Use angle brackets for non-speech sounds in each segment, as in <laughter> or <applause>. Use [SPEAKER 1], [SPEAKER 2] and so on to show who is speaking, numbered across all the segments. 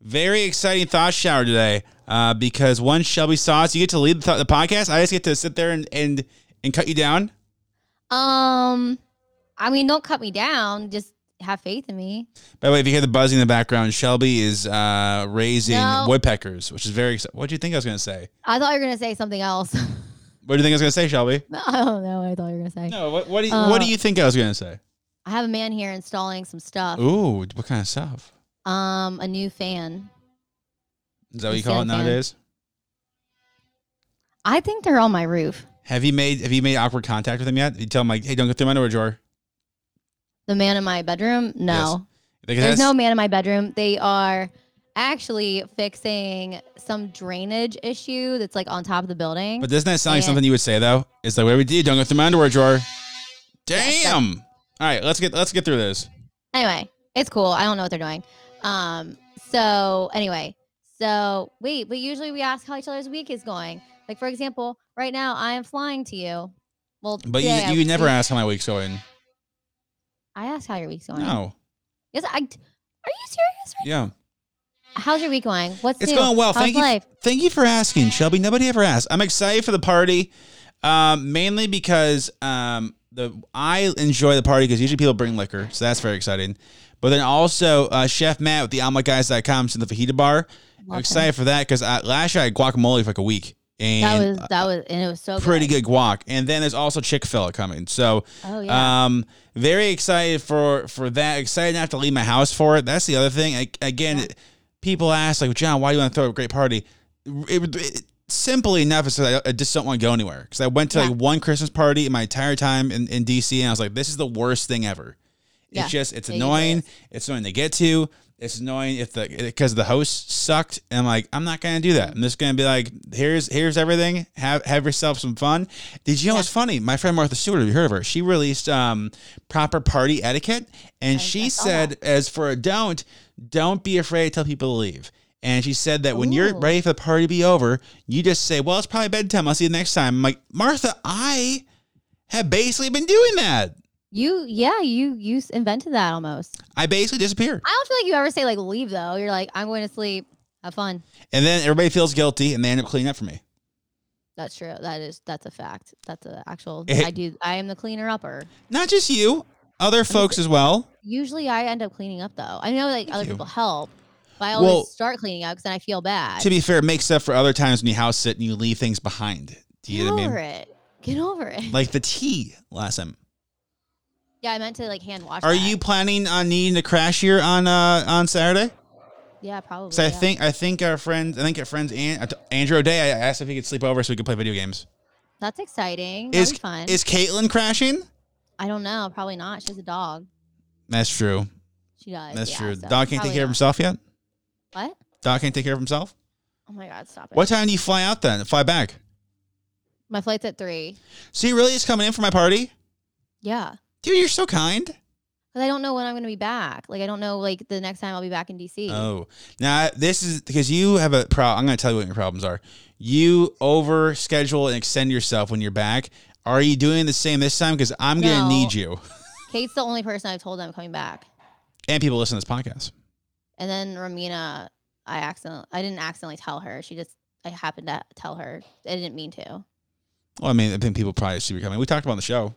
[SPEAKER 1] Very exciting thought shower today uh, because one Shelby Sauce, you get to lead the, th- the podcast. I just get to sit there and, and, and cut you down.
[SPEAKER 2] Um, I mean, don't cut me down. Just have faith in me.
[SPEAKER 1] By the way, if you hear the buzzing in the background, Shelby is uh, raising
[SPEAKER 2] No.
[SPEAKER 1] woodpeckers, which is very exciting. What do you think I was going to say?
[SPEAKER 2] I thought you were gonna say something else. <laughs>
[SPEAKER 1] What do you think I was going to say, Shelby?
[SPEAKER 2] I don't know. What I thought you were gonna say.
[SPEAKER 1] No, what, what, do, you,
[SPEAKER 2] Uh,
[SPEAKER 1] what do you think I was going to say?
[SPEAKER 2] I have a man here installing some stuff.
[SPEAKER 1] Ooh, what kind of stuff?
[SPEAKER 2] Um, a new fan.
[SPEAKER 1] Is that what you
[SPEAKER 2] Just
[SPEAKER 1] call it
[SPEAKER 2] down there.
[SPEAKER 1] nowadays?
[SPEAKER 2] I think they're on my roof.
[SPEAKER 1] Have you made Have you made awkward contact with him yet? You tell him like, hey, don't go through my door drawer.
[SPEAKER 2] The man in my bedroom? No.
[SPEAKER 1] Like,
[SPEAKER 2] There's
[SPEAKER 1] that's-
[SPEAKER 2] no man in my bedroom. They are actually fixing some drainage issue that's like on top of the building.
[SPEAKER 1] But doesn't that sound like
[SPEAKER 2] Yeah.
[SPEAKER 1] something you would say though? It's like whatever you do, don't go through my underwear drawer. Damn. All right, let's get let's get through this.
[SPEAKER 2] anyway, it's cool. I don't know what they're doing. Um, so anyway, so wait, but usually we ask how each other's week is going. Like for example, right now I am flying to you. Well,
[SPEAKER 1] But
[SPEAKER 2] today I
[SPEAKER 1] you you
[SPEAKER 2] was
[SPEAKER 1] never
[SPEAKER 2] flying-
[SPEAKER 1] ask how my week's going.
[SPEAKER 2] I asked how your week's going.
[SPEAKER 1] No.
[SPEAKER 2] Yes, I. Are you serious? right
[SPEAKER 1] Yeah.
[SPEAKER 2] now? How's your week going? What's
[SPEAKER 1] It's
[SPEAKER 2] new?
[SPEAKER 1] going well.
[SPEAKER 2] How's
[SPEAKER 1] Thank
[SPEAKER 2] life?
[SPEAKER 1] you. Thank you for asking, Shelby. Nobody ever asked. I'm excited for the party. Um, mainly because um the I enjoy the party because usually people bring liquor, so that's very exciting. But then also uh, Chef Matt with the omeletguys.com to the fajita bar.
[SPEAKER 2] Love
[SPEAKER 1] I'm
[SPEAKER 2] him.
[SPEAKER 1] excited for that because last year I had guacamole for like a week. And
[SPEAKER 2] That was that was and it was so
[SPEAKER 1] pretty good guac. And then there's also Chick Fil A coming. So,
[SPEAKER 2] Oh yeah.
[SPEAKER 1] um, very excited for for that. Excited not to leave my house for it. That's the other thing. I, again, people ask like, John, why do you want to throw a great party? It, it- simply enough, it's 'cause I, I just don't want to go anywhere. Because I went to
[SPEAKER 2] Yeah.
[SPEAKER 1] like one Christmas party in my entire time in, in DC, and I was like, this is the worst thing ever.
[SPEAKER 2] Yeah.
[SPEAKER 1] It's just it's
[SPEAKER 2] It usually
[SPEAKER 1] annoying.
[SPEAKER 2] is.
[SPEAKER 1] It's annoying to get to. It's annoying if the because the host sucked. And I'm like, I'm not gonna do that. I'm just gonna be like, here's here's everything. Have have yourself some fun. Did you know it's funny? My friend Martha Stewart, have you heard of her? She released um proper party etiquette, and she
[SPEAKER 2] saw
[SPEAKER 1] said, as for a don't, don't be afraid to tell people to leave. And she said that when you're
[SPEAKER 2] Ooh.
[SPEAKER 1] ready for the party to be over, you just say, well, it's probably bedtime. I'll see you next time. I'm like, Martha, I have basically been doing that.
[SPEAKER 2] you yeah you you s- invented that almost.
[SPEAKER 1] I basically disappear.
[SPEAKER 2] I don't feel like you ever say like leave though. You're like I'm going to sleep. Have fun.
[SPEAKER 1] And then everybody feels guilty and they end up cleaning up for me.
[SPEAKER 2] That's true. That is that's a fact. That's an actual.
[SPEAKER 1] Eh.
[SPEAKER 2] I do. I am the cleaner upper.
[SPEAKER 1] Not just you, other folks as well.
[SPEAKER 2] Usually I end up cleaning up though. I know like other
[SPEAKER 1] you.
[SPEAKER 2] people help, but I always
[SPEAKER 1] Well-
[SPEAKER 2] start cleaning up because then I feel bad.
[SPEAKER 1] To be fair, it makes up for other times when you house sit and you leave things behind. Do you
[SPEAKER 2] Get
[SPEAKER 1] know what I
[SPEAKER 2] over
[SPEAKER 1] mean?
[SPEAKER 2] it. Get over it.
[SPEAKER 1] Like the tea last time.
[SPEAKER 2] yeah, I meant to like hand wash.
[SPEAKER 1] Are
[SPEAKER 2] that.
[SPEAKER 1] you planning on needing to crash here on uh, on Saturday?
[SPEAKER 2] Yeah, probably.
[SPEAKER 1] Because I
[SPEAKER 2] yeah.
[SPEAKER 1] think I think our friend I think our friends An- uh, Andrew O'Day. I asked if he could sleep over so we could play video games.
[SPEAKER 2] that's exciting. That'd
[SPEAKER 1] Is
[SPEAKER 2] be fun.
[SPEAKER 1] is Caitlin crashing?
[SPEAKER 2] I don't know. Probably not. She has a dog.
[SPEAKER 1] That's true.
[SPEAKER 2] She does.
[SPEAKER 1] That's
[SPEAKER 2] Uh, yeah,
[SPEAKER 1] true.
[SPEAKER 2] so
[SPEAKER 1] Dog can't take
[SPEAKER 2] probably
[SPEAKER 1] care of
[SPEAKER 2] not.
[SPEAKER 1] himself yet.
[SPEAKER 2] What?
[SPEAKER 1] Dog can't take care of himself.
[SPEAKER 2] Oh my God! Stop it.
[SPEAKER 1] What time do you fly out then? Fly back.
[SPEAKER 2] My flight's at three.
[SPEAKER 1] So you really is coming in for my party,
[SPEAKER 2] Yeah,
[SPEAKER 1] dude. You're so kind.
[SPEAKER 2] because I don't know when I'm gonna be back. Like I don't know like the next time I'll be back in DC.
[SPEAKER 1] Oh, now this is because you have a problem. I'm going to tell you what your problems are. You over schedule and extend yourself when you're back. Are you doing the same this time? Because I'm going to
[SPEAKER 2] No.
[SPEAKER 1] need you
[SPEAKER 2] Kate's the only person I've told I'm coming back.
[SPEAKER 1] and people listen to this podcast.
[SPEAKER 2] And then Ramina, I accident I didn't accidentally tell her. She just I happened to tell her. I didn't mean to.
[SPEAKER 1] Well, I mean, I think people probably see you coming. We talked about it on the show.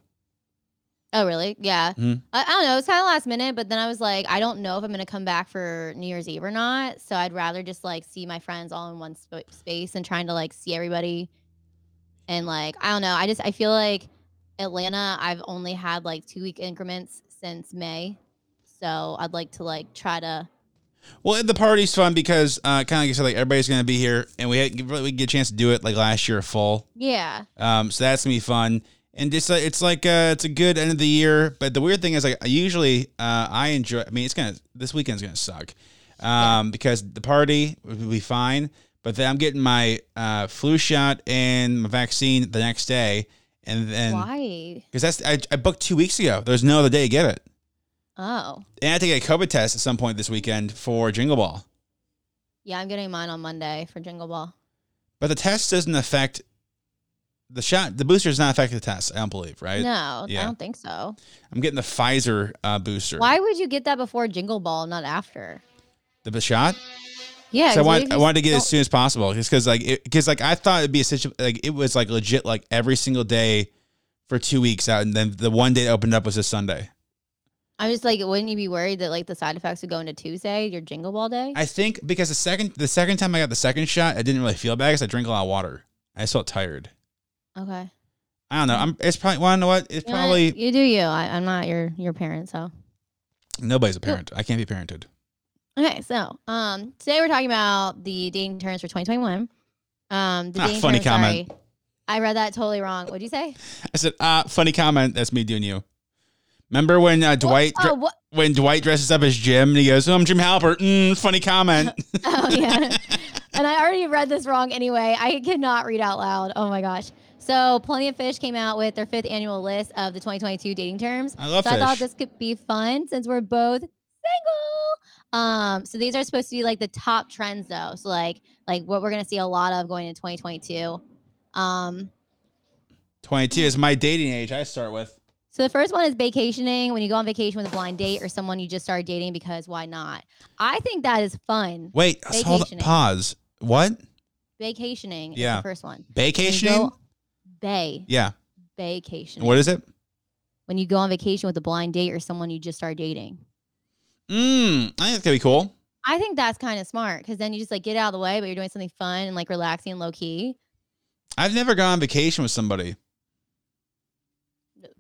[SPEAKER 2] Oh really? Yeah.
[SPEAKER 1] Mhm.
[SPEAKER 2] I, I don't know. It was kind of last minute, but then I was like, I don't know if I'm gonna come back for New Year's Eve or not. So I'd rather just like see my friends all in one sp- space and trying to like see everybody. And like I don't know. I just I feel like Atlanta. I've only had like two week increments since May, so I'd like to like try to.
[SPEAKER 1] Well, the party's fun because uh, kind of like you said, like everybody's going to be here, and we had, we get a chance to do it like last year full.
[SPEAKER 2] Yeah.
[SPEAKER 1] Um, so that's gonna be fun. And just uh, it's like uh, it's a good end of the year. But the weird thing is, like I usually uh, I enjoy. I mean, it's gonna this weekend's gonna suck. um, because the party will be fine. But then I'm getting my uh, flu shot and my vaccine the next day, and then
[SPEAKER 2] Why?
[SPEAKER 1] because that's I, I booked two weeks ago. There's no other day to get it,
[SPEAKER 2] Oh,
[SPEAKER 1] and I have to get a COVID test at some point this weekend for Jingle Ball.
[SPEAKER 2] yeah. I'm getting mine on Monday for Jingle Ball.
[SPEAKER 1] But the test doesn't affect the shot. The booster does not affect the test. I don't believe, right?
[SPEAKER 2] no,
[SPEAKER 1] yeah.
[SPEAKER 2] I don't think so.
[SPEAKER 1] I'm getting the Pfizer uh, booster.
[SPEAKER 2] Why would you get that before Jingle Ball, not after?
[SPEAKER 1] The, the shot. So
[SPEAKER 2] Yeah,
[SPEAKER 1] I
[SPEAKER 2] 'cause what if
[SPEAKER 1] want, I
[SPEAKER 2] you
[SPEAKER 1] wanted to
[SPEAKER 2] s-
[SPEAKER 1] get it as
[SPEAKER 2] don't-
[SPEAKER 1] soon as possible, just because like because like I thought it'd be a situation like it was like legit like every single day for two weeks out, and then the one day it opened up was this Sunday.
[SPEAKER 2] I'm just like, wouldn't you be worried that like the side effects would go into Tuesday, your Jingle Ball day?
[SPEAKER 1] I think because the second the second time I got the second shot, I didn't really feel bad because I drink a lot of water. I just felt tired.
[SPEAKER 2] okay.
[SPEAKER 1] I don't know. I'm. It's probably. Well, I know what. It's
[SPEAKER 2] You know what?
[SPEAKER 1] probably
[SPEAKER 2] you do you. I, I'm not your your parent, so
[SPEAKER 1] nobody's a parent. I can't be parented.
[SPEAKER 2] okay. So um, today we're talking about the dating terms for 2021. Um, the
[SPEAKER 1] Ah,
[SPEAKER 2] dating
[SPEAKER 1] funny
[SPEAKER 2] terms,
[SPEAKER 1] comment.
[SPEAKER 2] Sorry, I read that totally wrong. What'd you say?
[SPEAKER 1] I said, ah, funny comment. That's me doing you. Remember when uh, Dwight dre-
[SPEAKER 2] Oh, what?
[SPEAKER 1] when Dwight dresses up as Jim and he goes, oh, "I'm Jim Halpert." Mm, funny
[SPEAKER 2] <laughs>
[SPEAKER 1] comment.
[SPEAKER 2] Oh yeah.
[SPEAKER 1] <laughs>
[SPEAKER 2] and I already read this wrong anyway. I cannot read out loud. Oh my gosh. So Plenty of Fish came out with their fifth annual list of the 2022 dating terms.
[SPEAKER 1] I love
[SPEAKER 2] so I thought
[SPEAKER 1] fish.
[SPEAKER 2] this could be fun since we're both single. Um, so these are supposed to be like the top trends though. So like like what we're gonna see a lot of going into 2022. Um,
[SPEAKER 1] Twenty two is my dating age. I start with.
[SPEAKER 2] so the first one is vacationing. When you go on vacation with a blind date or someone you just started dating, because why not? I think that is fun.
[SPEAKER 1] Wait, s- hold
[SPEAKER 2] Vacationing.
[SPEAKER 1] pause. What?
[SPEAKER 2] Vacationing is
[SPEAKER 1] Yeah.
[SPEAKER 2] the first one. When you
[SPEAKER 1] Vacationing?
[SPEAKER 2] go- Bay.
[SPEAKER 1] Yeah.
[SPEAKER 2] Vacation.
[SPEAKER 1] What is it?
[SPEAKER 2] when you go on vacation with a blind date or someone you just started dating.
[SPEAKER 1] Mm, I think that's gonna be cool.
[SPEAKER 2] I think that's kind of smart because then you just like get out of the way, but you're doing something fun and like relaxing and low key.
[SPEAKER 1] I've never gone on vacation with somebody.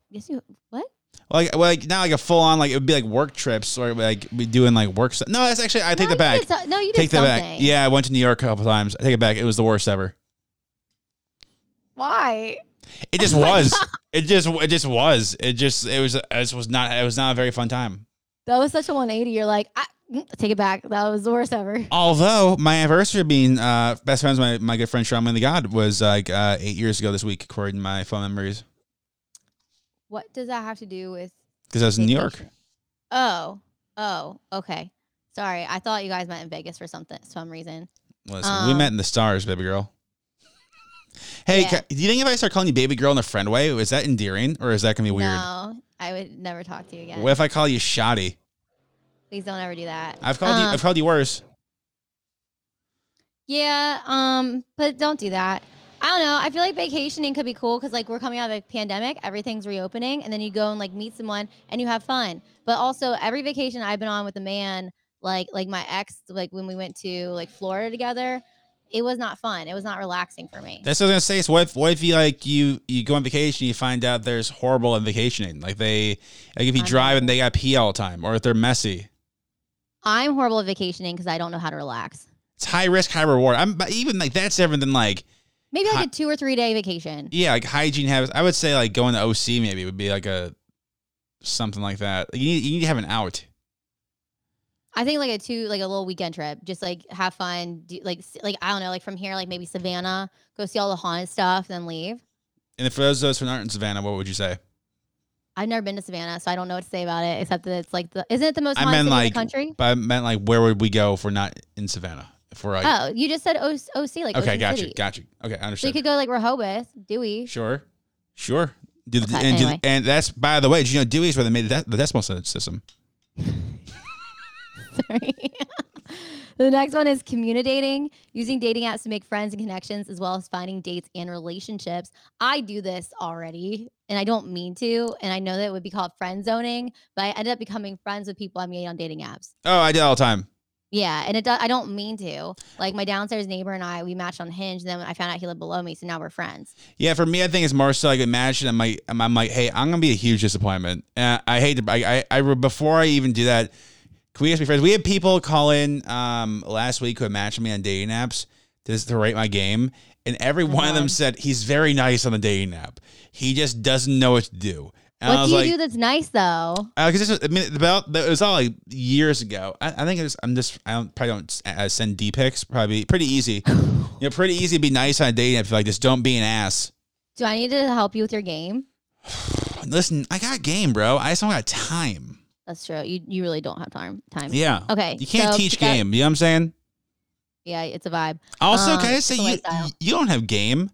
[SPEAKER 2] Yes, you what?
[SPEAKER 1] Like, well, like not like a full on like it would be like work trips or like be doing like work stuff. No, that's actually I take
[SPEAKER 2] no,
[SPEAKER 1] that back.
[SPEAKER 2] You did so- no, you did
[SPEAKER 1] take that
[SPEAKER 2] something.
[SPEAKER 1] back. Yeah, I went to New York a couple times. I take it back. It was the worst ever.
[SPEAKER 2] Why?
[SPEAKER 1] It just
[SPEAKER 2] <laughs>
[SPEAKER 1] was. It just it just was. It just it was it just was not it was not a very fun time.
[SPEAKER 2] That was such a 180. You're like, I, mm, take it back. That was the worst ever.
[SPEAKER 1] Although my anniversary of being uh, best friends, with my my good friend Shaman the God was like uh, eight years ago this week, according to my phone memories,
[SPEAKER 2] What does that have to do with
[SPEAKER 1] because I was in New York.
[SPEAKER 2] vacation? Oh, oh, okay. Sorry, I thought you guys met in Vegas for something, some reason.
[SPEAKER 1] Listen, we
[SPEAKER 2] Um,
[SPEAKER 1] met in the stars, baby girl. hey,
[SPEAKER 2] Yeah.
[SPEAKER 1] ca- do you think if I start calling you baby girl in a friend way, is that endearing or is that gonna be weird?
[SPEAKER 2] No, I would never talk to you again.
[SPEAKER 1] What if I call you shoddy?
[SPEAKER 2] Please don't ever do that.
[SPEAKER 1] I've called you.
[SPEAKER 2] Um,
[SPEAKER 1] I've called you worse.
[SPEAKER 2] Yeah, um, but don't do that. I don't know. I feel like vacationing could be cool because like we're coming out of a pandemic, everything's reopening, and then you go and like meet someone and you have fun. But also every vacation I've been on with a man, like like my ex, like when we went to like Florida together, it was not fun. It was not relaxing for me.
[SPEAKER 1] That's what I was gonna say. So what if what if you like you you go on vacation, you find out there's horrible on vacationing, like they like if you
[SPEAKER 2] I'm
[SPEAKER 1] drive and they got pee all the time, or if they're messy.
[SPEAKER 2] I'm horrible at vacationing because I don't know how to relax.
[SPEAKER 1] It's high risk, high reward. I'm but even like that's different than like
[SPEAKER 2] Maybe like
[SPEAKER 1] Hi-
[SPEAKER 2] a two or three day vacation.
[SPEAKER 1] yeah, like hygiene habits. I would say like going to OC maybe would be like a something like that. You need you need to have an out.
[SPEAKER 2] I think like a two, like a little weekend trip, just like have fun, do, like s- like I don't know, like from here, like maybe Savannah, go see all the haunted stuff, then leave.
[SPEAKER 1] And for those of us who aren't in Savannah, what would you say?
[SPEAKER 2] I've never been to Savannah, so I don't know what to say about it, except that it's like the isn't it the most
[SPEAKER 1] I meant
[SPEAKER 2] haunted city
[SPEAKER 1] like,
[SPEAKER 2] in the country?
[SPEAKER 1] but I meant like, where would we go if we're not in Savannah? If we're like,
[SPEAKER 2] oh, you just said o- OC, like
[SPEAKER 1] okay,
[SPEAKER 2] Ocean
[SPEAKER 1] got
[SPEAKER 2] City.
[SPEAKER 1] you, got you. Okay, I
[SPEAKER 2] so you
[SPEAKER 1] understand.
[SPEAKER 2] could go like Rehoboth, Dewey.
[SPEAKER 1] sure, sure. Do the,
[SPEAKER 2] Okay,
[SPEAKER 1] and, do the-
[SPEAKER 2] anyway.
[SPEAKER 1] and that's by the way, did you know Dewey's where they made the, the decimal system?
[SPEAKER 2] Sorry. <laughs> the next one is communicating, using dating apps to make friends and connections, as well as finding dates and relationships. I do this already, and I don't mean to, and I know that it would be called friend zoning, but I ended up becoming friends with people I made on dating apps.
[SPEAKER 1] Oh, I did all the time.
[SPEAKER 2] Yeah, and it do- I don't mean to. Like my downstairs neighbor and I, we matched on Hinge, and then I found out he lived below me, so now we're friends.
[SPEAKER 1] Yeah, for me, I think it's more so like imagine I'm like I'm, I'm like, hey, I'm gonna be a huge disappointment. And I, I hate to, I, I, I re- before I even do that, can we just be friends? We had people call in um last week who had matched me on dating apps to, to rate my game, and every one of them
[SPEAKER 2] Uh-huh.
[SPEAKER 1] said he's very nice on the dating app. He just doesn't know what to do. And I
[SPEAKER 2] what
[SPEAKER 1] was
[SPEAKER 2] do you
[SPEAKER 1] like,
[SPEAKER 2] do that's nice though?
[SPEAKER 1] because was I mean, about that was all like years ago. I, I think it was. I'm just. I don't, probably don't uh, send D pics. Probably pretty
[SPEAKER 2] <sighs>
[SPEAKER 1] easy. you know, pretty easy to be nice on a dating. app if you're like, just don't be an ass.
[SPEAKER 2] Do I need to help you with your game?
[SPEAKER 1] Listen, I got game, bro. I just don't got time.
[SPEAKER 2] That's true. You you really don't have time. Time.
[SPEAKER 1] Yeah.
[SPEAKER 2] Okay.
[SPEAKER 1] You can't
[SPEAKER 2] so
[SPEAKER 1] teach
[SPEAKER 2] that-
[SPEAKER 1] game. You know what I'm saying?
[SPEAKER 2] Yeah, it's a vibe.
[SPEAKER 1] Also,
[SPEAKER 2] Um,
[SPEAKER 1] can I say
[SPEAKER 2] it's a
[SPEAKER 1] you
[SPEAKER 2] lifestyle.
[SPEAKER 1] you don't have game?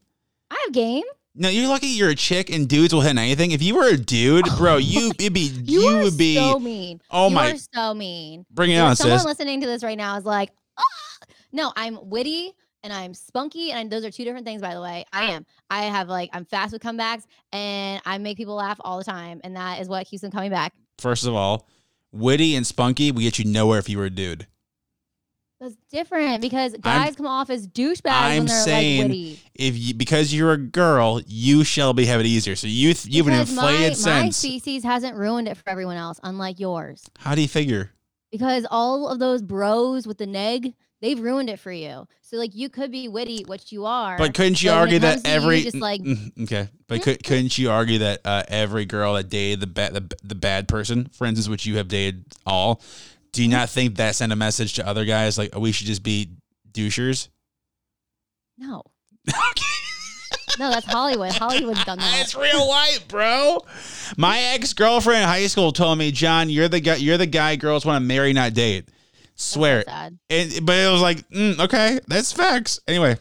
[SPEAKER 2] I have game.
[SPEAKER 1] No, you're lucky you're a chick and dudes will hit anything. If you were a
[SPEAKER 2] <laughs>
[SPEAKER 1] dude, bro, you it'd be you,
[SPEAKER 2] You, are
[SPEAKER 1] would be
[SPEAKER 2] so mean.
[SPEAKER 1] Oh
[SPEAKER 2] you
[SPEAKER 1] my-
[SPEAKER 2] are so mean.
[SPEAKER 1] bring it
[SPEAKER 2] There
[SPEAKER 1] on,
[SPEAKER 2] is someone
[SPEAKER 1] sis.
[SPEAKER 2] listening to this right now is like, ah! no, I'm witty and I'm spunky, and those are two different things, by the way. I am. I have like I'm fast with comebacks, and I make people laugh all the time, and that is what keeps them coming back.
[SPEAKER 1] First of all, witty and spunky would get you nowhere if you were a dude.
[SPEAKER 2] That's different because guys come off as douchebags
[SPEAKER 1] I'm
[SPEAKER 2] when they're
[SPEAKER 1] saying
[SPEAKER 2] like witty.
[SPEAKER 1] If you, because you're a girl, you shall be have it easier. So you th- you have an
[SPEAKER 2] Because my-
[SPEAKER 1] inflated
[SPEAKER 2] My
[SPEAKER 1] sense.
[SPEAKER 2] species hasn't ruined it for everyone else, unlike yours.
[SPEAKER 1] How do you figure?
[SPEAKER 2] Because all of those bros with the neg, they've ruined it for you. So like you could be witty, which you are.
[SPEAKER 1] But couldn't you
[SPEAKER 2] but when
[SPEAKER 1] argue
[SPEAKER 2] it
[SPEAKER 1] that
[SPEAKER 2] comes to you,
[SPEAKER 1] every
[SPEAKER 2] just like-
[SPEAKER 1] Mm, okay? But could, couldn't you argue that uh, every girl that dated the bad the, the bad person, for instance, which you have dated all, do you not think that sent a message to other guys like oh, we should just be douchers?
[SPEAKER 2] no. No, that's Hollywood. Hollywood's
[SPEAKER 1] <laughs>
[SPEAKER 2] done that.
[SPEAKER 1] It's real life, bro. My ex girlfriend in high school told me, John, you're the guy. You're the guy girls want to marry, not date. Swear it.
[SPEAKER 2] Sad.
[SPEAKER 1] And, but it was like, mm, okay, that's facts. Anyway,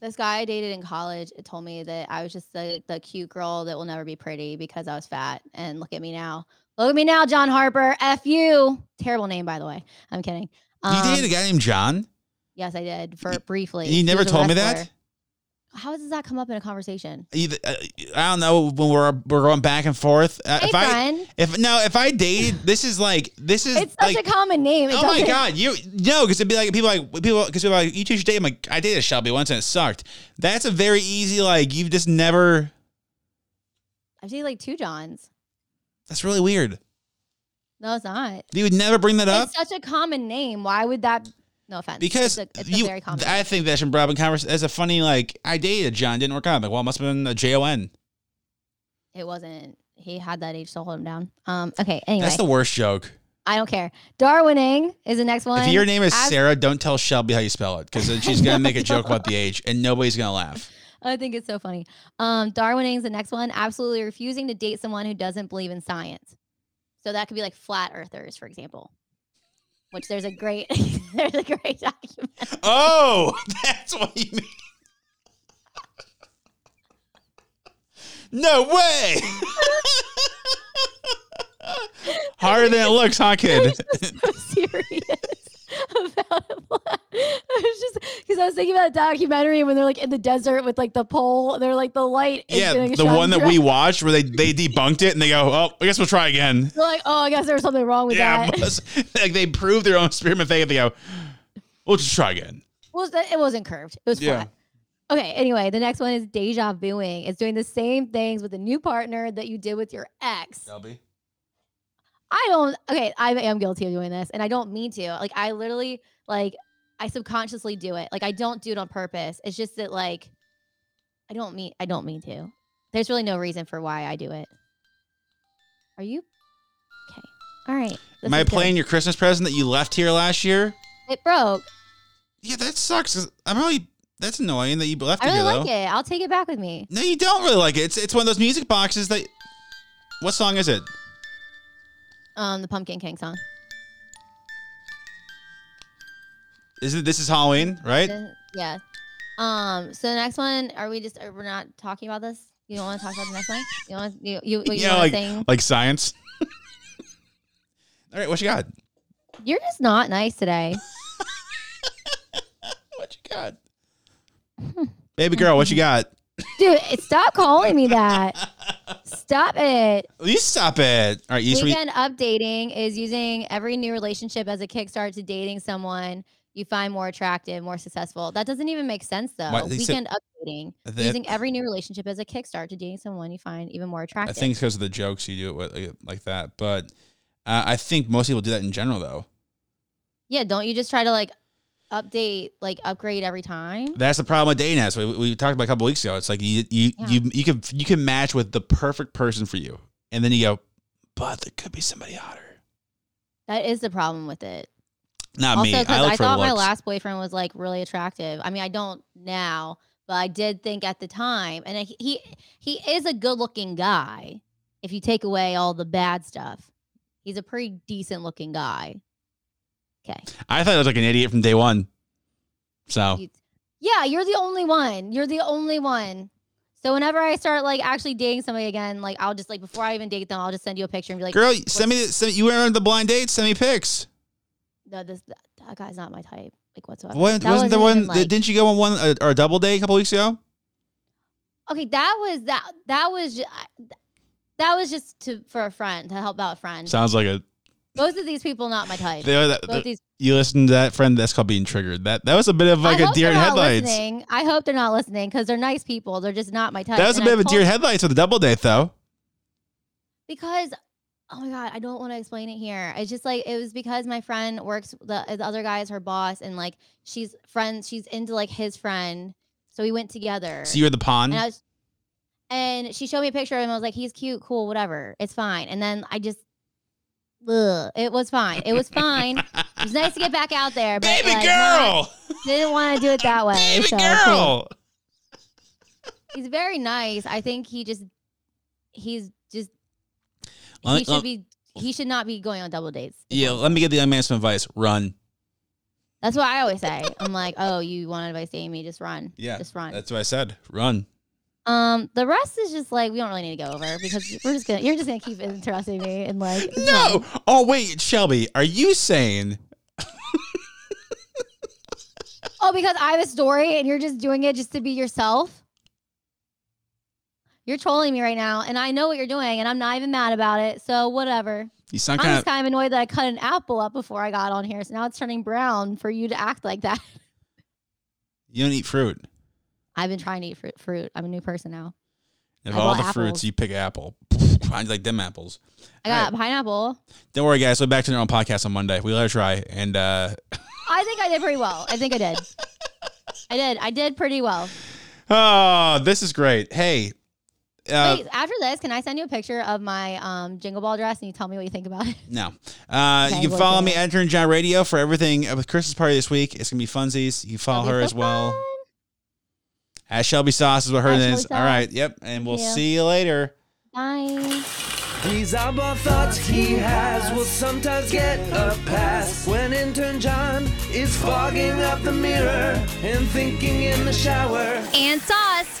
[SPEAKER 2] This guy I dated in college told me that I was just the, the cute girl that will never be pretty because I was fat. And look at me now. Look at me now, John Harper. F you. Terrible name, by the way. I'm kidding.
[SPEAKER 1] you
[SPEAKER 2] Um,
[SPEAKER 1] dated a guy named John.
[SPEAKER 2] Yes, I did for
[SPEAKER 1] Y-
[SPEAKER 2] briefly.
[SPEAKER 1] You
[SPEAKER 2] He
[SPEAKER 1] never
[SPEAKER 2] was a
[SPEAKER 1] told me
[SPEAKER 2] wrestler.
[SPEAKER 1] that.
[SPEAKER 2] How does that come up in a conversation?
[SPEAKER 1] Either, uh, I don't know when we're we're going back and forth. Uh,
[SPEAKER 2] Hey,
[SPEAKER 1] if I
[SPEAKER 2] friend.
[SPEAKER 1] if no if I dated, this is like this is
[SPEAKER 2] It's such
[SPEAKER 1] like
[SPEAKER 2] a common name. It
[SPEAKER 1] Oh my
[SPEAKER 2] doesn't-
[SPEAKER 1] god, you no, because it'd be like people like people because people like you two should date. I'm like I dated Shelby once and it sucked. That's a very easy like you've just never.
[SPEAKER 2] I've dated like two Johns.
[SPEAKER 1] That's really weird.
[SPEAKER 2] No, it's not.
[SPEAKER 1] You would never bring that up
[SPEAKER 2] It's such a common name. Why would that? No offense.
[SPEAKER 1] because
[SPEAKER 2] it's a, it's a
[SPEAKER 1] you.
[SPEAKER 2] very common.
[SPEAKER 1] I
[SPEAKER 2] name.
[SPEAKER 1] think that's in brought up in conversation. That's a funny like I dated John didn't work out. I'm like well, it must have been a J O N.
[SPEAKER 2] It wasn't. He had that age to hold him down. Um. Okay. Anyway,
[SPEAKER 1] That's the worst joke.
[SPEAKER 2] I don't care. Darwining is the next one.
[SPEAKER 1] If your name is
[SPEAKER 2] Ab-
[SPEAKER 1] Sarah, don't tell Shelby how you spell it because then she's gonna make a joke about the age and nobody's gonna laugh.
[SPEAKER 2] I think it's so funny. Um. Darwining is the next one. Absolutely refusing to date someone who doesn't believe in science. So that could be like flat earthers, for example. Which there's a great <laughs> there's a great document.
[SPEAKER 1] Oh, <laughs> that's what you mean. No
[SPEAKER 2] <laughs>
[SPEAKER 1] way. Harder than it looks, huh, kid?
[SPEAKER 2] so <laughs> serious about it. <laughs> I was just because I was thinking about a documentary when they're like in the desert with like the pole, they're like the light. is
[SPEAKER 1] Yeah,
[SPEAKER 2] getting
[SPEAKER 1] the
[SPEAKER 2] shot
[SPEAKER 1] one that
[SPEAKER 2] through.
[SPEAKER 1] we watched where they, they debunked it and they go, oh, I guess we'll try again.
[SPEAKER 2] <laughs> They're like, oh, I guess there was something wrong with
[SPEAKER 1] Yeah,
[SPEAKER 2] that.
[SPEAKER 1] but- like they proved their own experiment. They they go, we'll just try again.
[SPEAKER 2] Well, it's- it wasn't curved. It was
[SPEAKER 1] Yeah.
[SPEAKER 2] flat. Okay. Anyway, the next one is deja vuing. It's doing the same things with a new partner that you did with your ex.
[SPEAKER 1] Shelby.
[SPEAKER 2] I don't. Okay, I am guilty of doing this, and I don't mean to. Like, I literally, like, I subconsciously do it. Like, I don't do it on purpose. It's just that, like, I don't mean. I don't mean to. There's really no reason for why I do it. Are you? Okay. All right. this
[SPEAKER 1] Am I
[SPEAKER 2] is good.
[SPEAKER 1] playing your Christmas present that you left here last year?
[SPEAKER 2] It broke.
[SPEAKER 1] Yeah, that sucks. 'cause I'm really that's annoying that you left
[SPEAKER 2] I
[SPEAKER 1] it
[SPEAKER 2] really
[SPEAKER 1] here
[SPEAKER 2] like
[SPEAKER 1] though.
[SPEAKER 2] it. I'll take it back with me.
[SPEAKER 1] No, you don't really like it. It's it's one of those music boxes that. What song is it?
[SPEAKER 2] Um, the Pumpkin King song.
[SPEAKER 1] Is it This Is Halloween, right? <laughs>
[SPEAKER 2] This- Yeah. Um. So the next one, are we just? Are, we're not talking about this. You don't want to talk about the next one. You want you you, you,
[SPEAKER 1] yeah,
[SPEAKER 2] want
[SPEAKER 1] like
[SPEAKER 2] to sing?
[SPEAKER 1] like science. <laughs> All right, what you got?
[SPEAKER 2] You're just not nice today.
[SPEAKER 1] What you
[SPEAKER 2] <laughs>
[SPEAKER 1] got? Baby girl, what you got?
[SPEAKER 2] Dude, it- stop calling
[SPEAKER 1] <laughs>
[SPEAKER 2] me that. Stop it.
[SPEAKER 1] You stop it. All right, you sweet.
[SPEAKER 2] Weekend updating is using every new relationship as a kickstart to dating someone you find more attractive, more successful. That doesn't even make sense though.
[SPEAKER 1] Why- they said-
[SPEAKER 2] Weekend updating.
[SPEAKER 1] That-
[SPEAKER 2] using every new relationship as a kickstart to dating someone you find even more
[SPEAKER 1] I
[SPEAKER 2] attractive.
[SPEAKER 1] think it's because of the jokes you do it with like, like that, but uh, I think most people do that in general though.
[SPEAKER 2] yeah, don't you just try to like update, like upgrade every time?
[SPEAKER 1] That's the problem with dating apps. We, we talked about it a couple weeks ago. It's like you you
[SPEAKER 2] Yeah.
[SPEAKER 1] you you can you can match with the perfect person for you, and then you go, but there could be somebody hotter.
[SPEAKER 2] That is the problem with it.
[SPEAKER 1] Not
[SPEAKER 2] also,
[SPEAKER 1] me. I
[SPEAKER 2] because
[SPEAKER 1] look
[SPEAKER 2] I,
[SPEAKER 1] for
[SPEAKER 2] thought
[SPEAKER 1] looks.
[SPEAKER 2] my last boyfriend was like really attractive. I mean, I don't now, but I did think at the time, and I, he he is a good looking guy. If you take away all the bad stuff, he's a pretty decent looking guy. Okay.
[SPEAKER 1] I thought I was like an idiot from day one. So
[SPEAKER 2] You- yeah, you're the only one. You're the only one. So whenever I start like actually dating somebody again, like I'll just like before I even date them, I'll just send you a picture and be like,
[SPEAKER 1] girl, send me the, send, you went on the blind date. Send me pics.
[SPEAKER 2] no, this that, that guy's not my type, like whatsoever.
[SPEAKER 1] What,
[SPEAKER 2] That
[SPEAKER 1] wasn't there
[SPEAKER 2] wasn't
[SPEAKER 1] one?
[SPEAKER 2] even, like-
[SPEAKER 1] didn't you go on one uh, or a double date a couple weeks ago?
[SPEAKER 2] Okay, that was that. That was just, that was just to for a friend to help out a friend.
[SPEAKER 1] Sounds like a.
[SPEAKER 2] Both of these people not my type.
[SPEAKER 1] They, that,
[SPEAKER 2] Both these.
[SPEAKER 1] you listen to that friend. That's called being triggered. That that was a bit of like
[SPEAKER 2] I
[SPEAKER 1] a
[SPEAKER 2] hope
[SPEAKER 1] deer
[SPEAKER 2] they're
[SPEAKER 1] in
[SPEAKER 2] not
[SPEAKER 1] headlights.
[SPEAKER 2] listening. I hope they're not listening because they're nice people. They're just not my type.
[SPEAKER 1] That was a
[SPEAKER 2] And
[SPEAKER 1] bit
[SPEAKER 2] I
[SPEAKER 1] of a deer in
[SPEAKER 2] told-
[SPEAKER 1] headlights with a double date though.
[SPEAKER 2] because oh my god, I don't want to explain it here. It's just like it was because my friend works. The, uh, the other guy is her boss, and like she's friends. She's into like his friend, so we went together.
[SPEAKER 1] So you were the pawn.
[SPEAKER 2] And I was, and she showed me a picture of him. I was like, he's cute, cool, whatever. It's fine. And then I just, ugh, it was fine. It was fine. it was nice to get back out there, but
[SPEAKER 1] Baby
[SPEAKER 2] like, not-
[SPEAKER 1] girl.
[SPEAKER 2] <laughs> didn't want to do it that way.
[SPEAKER 1] Baby
[SPEAKER 2] so, it's cool.
[SPEAKER 1] girl.
[SPEAKER 2] he's very nice. I think he just, he's just,
[SPEAKER 1] Let me-
[SPEAKER 2] he should
[SPEAKER 1] let-
[SPEAKER 2] be. He should not be going on double dates. is
[SPEAKER 1] Yeah,
[SPEAKER 2] all.
[SPEAKER 1] let me give the young man some advice. Run.
[SPEAKER 2] That's what I always say. I'm like, oh, you want advice, Amy? Just run.
[SPEAKER 1] Yeah,
[SPEAKER 2] Just run.
[SPEAKER 1] That's what I said. Run.
[SPEAKER 2] Um, the rest is just like we don't really need to go over because we're just gonna you're just gonna keep <laughs> interrupting me and like it's fine.
[SPEAKER 1] No. Oh wait, Shelby, are you saying?
[SPEAKER 2] Oh, because I have a story and you're just doing it just to be yourself. You're trolling me right now, and I know what you're doing, and I'm not even mad about it. So whatever.
[SPEAKER 1] You sound
[SPEAKER 2] I'm
[SPEAKER 1] kind
[SPEAKER 2] just
[SPEAKER 1] of.
[SPEAKER 2] kind of annoyed that I cut an apple up before I got on here, so now it's turning brown for you to act like that. <laughs>
[SPEAKER 1] You don't eat fruit.
[SPEAKER 2] I've been trying to eat fruit. fruit. I'm a new person now.
[SPEAKER 1] Of
[SPEAKER 2] I
[SPEAKER 1] all the
[SPEAKER 2] bought
[SPEAKER 1] fruits,
[SPEAKER 2] apples.
[SPEAKER 1] you pick apple. <laughs> I like them apples.
[SPEAKER 2] I got pineapple.
[SPEAKER 1] Don't worry, guys. We're back to our own podcast on Monday. We'll let her try. And uh,
[SPEAKER 2] I think I did pretty well. I think I did. I did. I did pretty well.
[SPEAKER 1] oh, this is great. Hey, uh,
[SPEAKER 2] Wait, after this, can I send you a picture of my um, jingle ball dress and you tell me what you think about it?
[SPEAKER 1] No. Uh,
[SPEAKER 2] Okay,
[SPEAKER 1] you can
[SPEAKER 2] we'll
[SPEAKER 1] follow
[SPEAKER 2] do
[SPEAKER 1] me
[SPEAKER 2] it.
[SPEAKER 1] at Turn John Radio for everything with Chris's party this week. It's gonna be funsies. You can follow
[SPEAKER 2] That'll be
[SPEAKER 1] her as
[SPEAKER 2] so
[SPEAKER 1] well.
[SPEAKER 2] fun.
[SPEAKER 1] At Shelby Sauce is what her
[SPEAKER 2] At
[SPEAKER 1] name
[SPEAKER 2] Shelby
[SPEAKER 1] is. All
[SPEAKER 2] Sauce.
[SPEAKER 1] right. Yep. And we'll
[SPEAKER 2] Yeah.
[SPEAKER 1] see you later.
[SPEAKER 2] Bye.
[SPEAKER 3] These oddball thoughts he has will sometimes get a pass. When intern John is fogging up the mirror and thinking in the shower.
[SPEAKER 2] And sauce.